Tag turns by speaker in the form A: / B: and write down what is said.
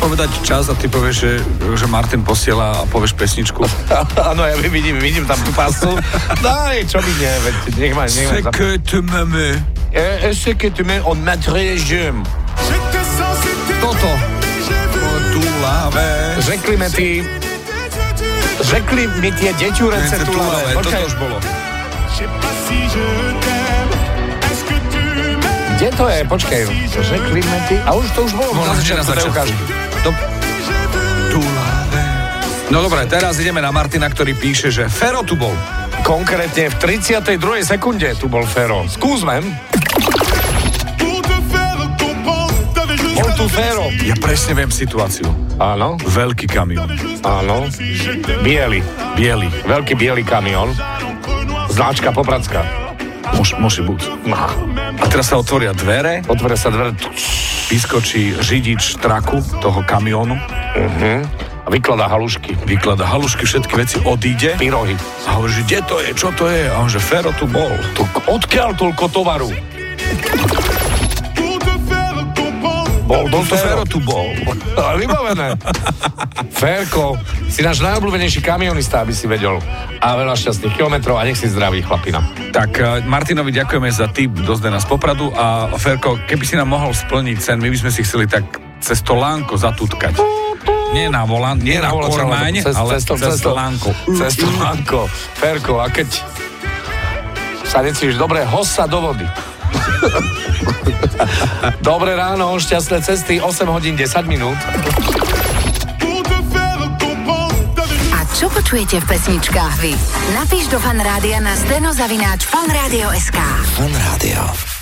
A: povedať čas a ty povieš, že, že Martin posiela a povieš pesničku.
B: Áno, ja vidím, vidím tam tú pasu. Daj, čo by nie, veď, nech ma, nech ma. zap-
A: tu máme.
B: E, Ešte keď tu mé on madrežem.
A: Toto. Tulavé.
B: Řekli mi ty, řekli mi tie deťurence tulavé. Počkaj,
A: Toto už bolo.
B: kde to je? Počkaj, řekli mi ty, a už to už bolo.
A: Bolo hneď na
B: to ukáž.
A: začiatku. Dob- No dobre, teraz ideme na Martina, ktorý píše, že Fero tu bol.
B: Konkrétne v 32. sekunde tu bol Fero. Skúsme. Bol tu Fero.
A: Ja presne viem situáciu.
B: Áno,
A: Veľký kamión.
B: áno. Bielý.
A: Bielý.
B: Veľký bielý kamión. Značka Popracka.
A: Mož, môže buď.
B: No.
A: A teraz sa otvoria dvere,
B: Otvoria sa dvere. tuč,
A: vyskočí řidič traku toho kamiónu,
B: Mhm. A vykladá halušky.
A: vyklada halušky, všetky veci, odíde
B: Pyrohy.
A: a hovorí, že kde to je, čo to je? A on, že Fero tu bol.
B: Tu, odkiaľ toľko tovaru? Bol, bol to Fero.
A: Fero tu bol.
B: Ale vybavené. Ferko, si náš najobľúbenejší kamionista, aby si vedel. A veľa šťastných kilometrov a nech si zdravý chlapina.
A: Tak eh, Martinovi ďakujeme za tip do Zdena z Popradu a Ferko, keby si nám mohol splniť sen, my by sme si chceli tak cez to lánko zatutkať. Nie na volant, nie, na
B: Volá sa
A: kormáň,
B: cez-
A: ale
B: cez to-
A: cez
B: cez to-
A: lánko.
B: Cez to lánko. Ferko, a keď sa necíš dobre, hos sa do vody. Dobré ráno, šťastné cesty, 8 hodín 10 minút.
C: A čo počujete v pesničkách vy? Napíš do fanrádia na steno zavináč fanradio.sk
D: Fan Rádio.